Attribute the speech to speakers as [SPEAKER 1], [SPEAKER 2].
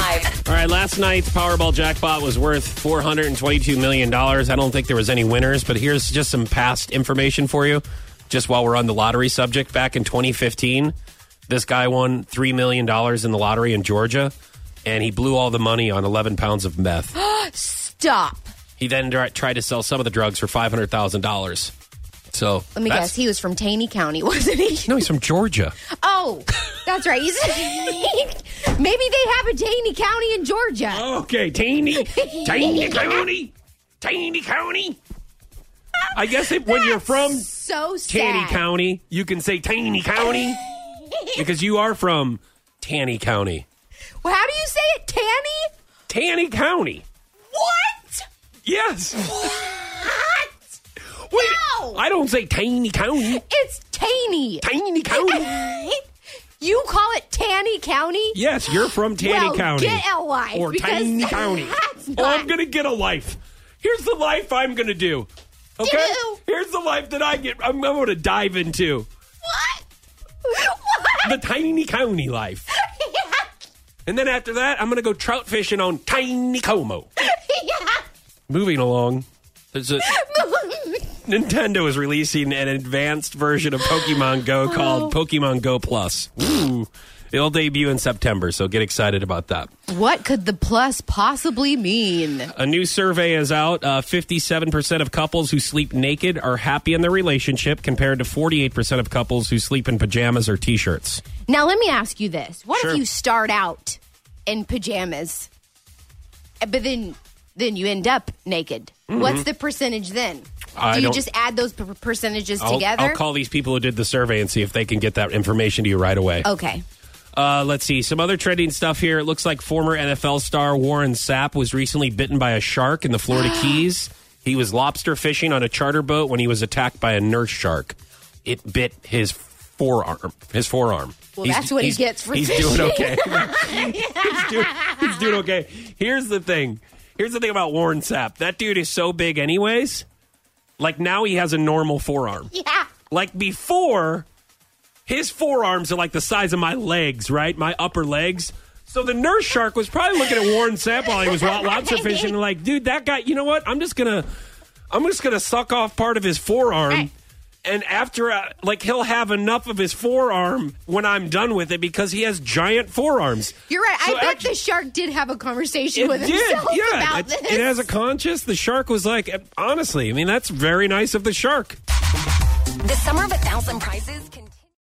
[SPEAKER 1] right, last night's Powerball jackpot was worth $422 million. I don't think there was any winners, but here's just some past information for you. Just while we're on the lottery subject, back in 2015, this guy won $3 million in the lottery in Georgia, and he blew all the money on 11 pounds of meth.
[SPEAKER 2] Stop.
[SPEAKER 1] he then dri- tried to sell some of the drugs for $500,000. So,
[SPEAKER 2] Let me
[SPEAKER 1] that's-
[SPEAKER 2] guess. He was from Taney County, wasn't he?
[SPEAKER 1] No, he's from Georgia.
[SPEAKER 2] Oh, that's right. He's Maybe they have a Taney County in Georgia.
[SPEAKER 1] Okay, Taney, Taney County, Taney County. I guess if, when you're from
[SPEAKER 2] so sad.
[SPEAKER 1] Taney County, you can say Taney County because you are from Taney County.
[SPEAKER 2] Well, how do you say it? Tanny?
[SPEAKER 1] Taney County.
[SPEAKER 2] What?
[SPEAKER 1] Yes.
[SPEAKER 2] What?
[SPEAKER 1] Wait,
[SPEAKER 2] No.
[SPEAKER 1] I don't say Taney County.
[SPEAKER 2] It's Taney.
[SPEAKER 1] Taney County.
[SPEAKER 2] you call it Tanny County?
[SPEAKER 1] Yes, you're from Taney
[SPEAKER 2] Well,
[SPEAKER 1] County.
[SPEAKER 2] get a life,
[SPEAKER 1] Or
[SPEAKER 2] because
[SPEAKER 1] Taney County.
[SPEAKER 2] that's
[SPEAKER 1] Oh,
[SPEAKER 2] not-
[SPEAKER 1] I'm going to get a life. Here's the life I'm going to do. Okay?
[SPEAKER 2] Do.
[SPEAKER 1] Here's the life that I get. I'm going to dive into.
[SPEAKER 2] What? What?
[SPEAKER 1] the tiny county life. And then after that, I'm going to go trout fishing on Tiny Como. Moving along, there's a, Nintendo is releasing an advanced version of Pokemon Go called Pokemon Go Plus. Ooh. It'll debut in September, so get excited about that.
[SPEAKER 2] What could the plus possibly mean?
[SPEAKER 1] A new survey is out. Uh, 57% of couples who sleep naked are happy in their relationship compared to 48% of couples who sleep in pajamas or t shirts.
[SPEAKER 2] Now, let me ask you this. What
[SPEAKER 1] Sure.
[SPEAKER 2] if you start out in pajamas, uh, but then then you end up naked? What's the percentage then?
[SPEAKER 1] Mm-hmm. I
[SPEAKER 2] Do you
[SPEAKER 1] don't-
[SPEAKER 2] just add those per- percentages
[SPEAKER 1] I'll,
[SPEAKER 2] together?
[SPEAKER 1] I'll call these people who did the survey and see if they can get that information to you right away.
[SPEAKER 2] okay.
[SPEAKER 1] Uh, let's see. Some other trending stuff here. It looks like former NFL star Warren Sapp was recently bitten by a shark in the Florida Keys. He was lobster fishing on a charter boat when he was attacked by a nurse shark. It bit his forearm. His forearm.
[SPEAKER 2] Well, that's what he gets for
[SPEAKER 1] He's
[SPEAKER 2] fishing.
[SPEAKER 1] doing okay. he's, doing, he's doing okay. Here's the thing. Here's the thing about Warren Sapp. That dude is so big, anyways. Like now, he has a normal forearm.
[SPEAKER 2] Yeah.
[SPEAKER 1] Like before, his forearms are like the size of my legs, right? My upper legs. So the nurse shark was probably looking at Warren Sapp while he was lo- lobster fishing and like, dude, that guy, you know what? I'm just gonna, I'm just gonna suck off part of his forearm.
[SPEAKER 2] Right.
[SPEAKER 1] And after, uh, like, he'll have enough of his forearm when I'm done with it because he has giant forearms.
[SPEAKER 2] You're right.
[SPEAKER 1] So
[SPEAKER 2] I bet
[SPEAKER 1] actu-
[SPEAKER 2] the shark did have a conversation
[SPEAKER 1] it
[SPEAKER 2] with
[SPEAKER 1] did,
[SPEAKER 2] himself
[SPEAKER 1] yeah.
[SPEAKER 2] about
[SPEAKER 1] it,
[SPEAKER 2] this.
[SPEAKER 1] it has a conscience. The shark was like, honestly, I mean, that's very nice of the shark.
[SPEAKER 3] The summer of a thousand prizes can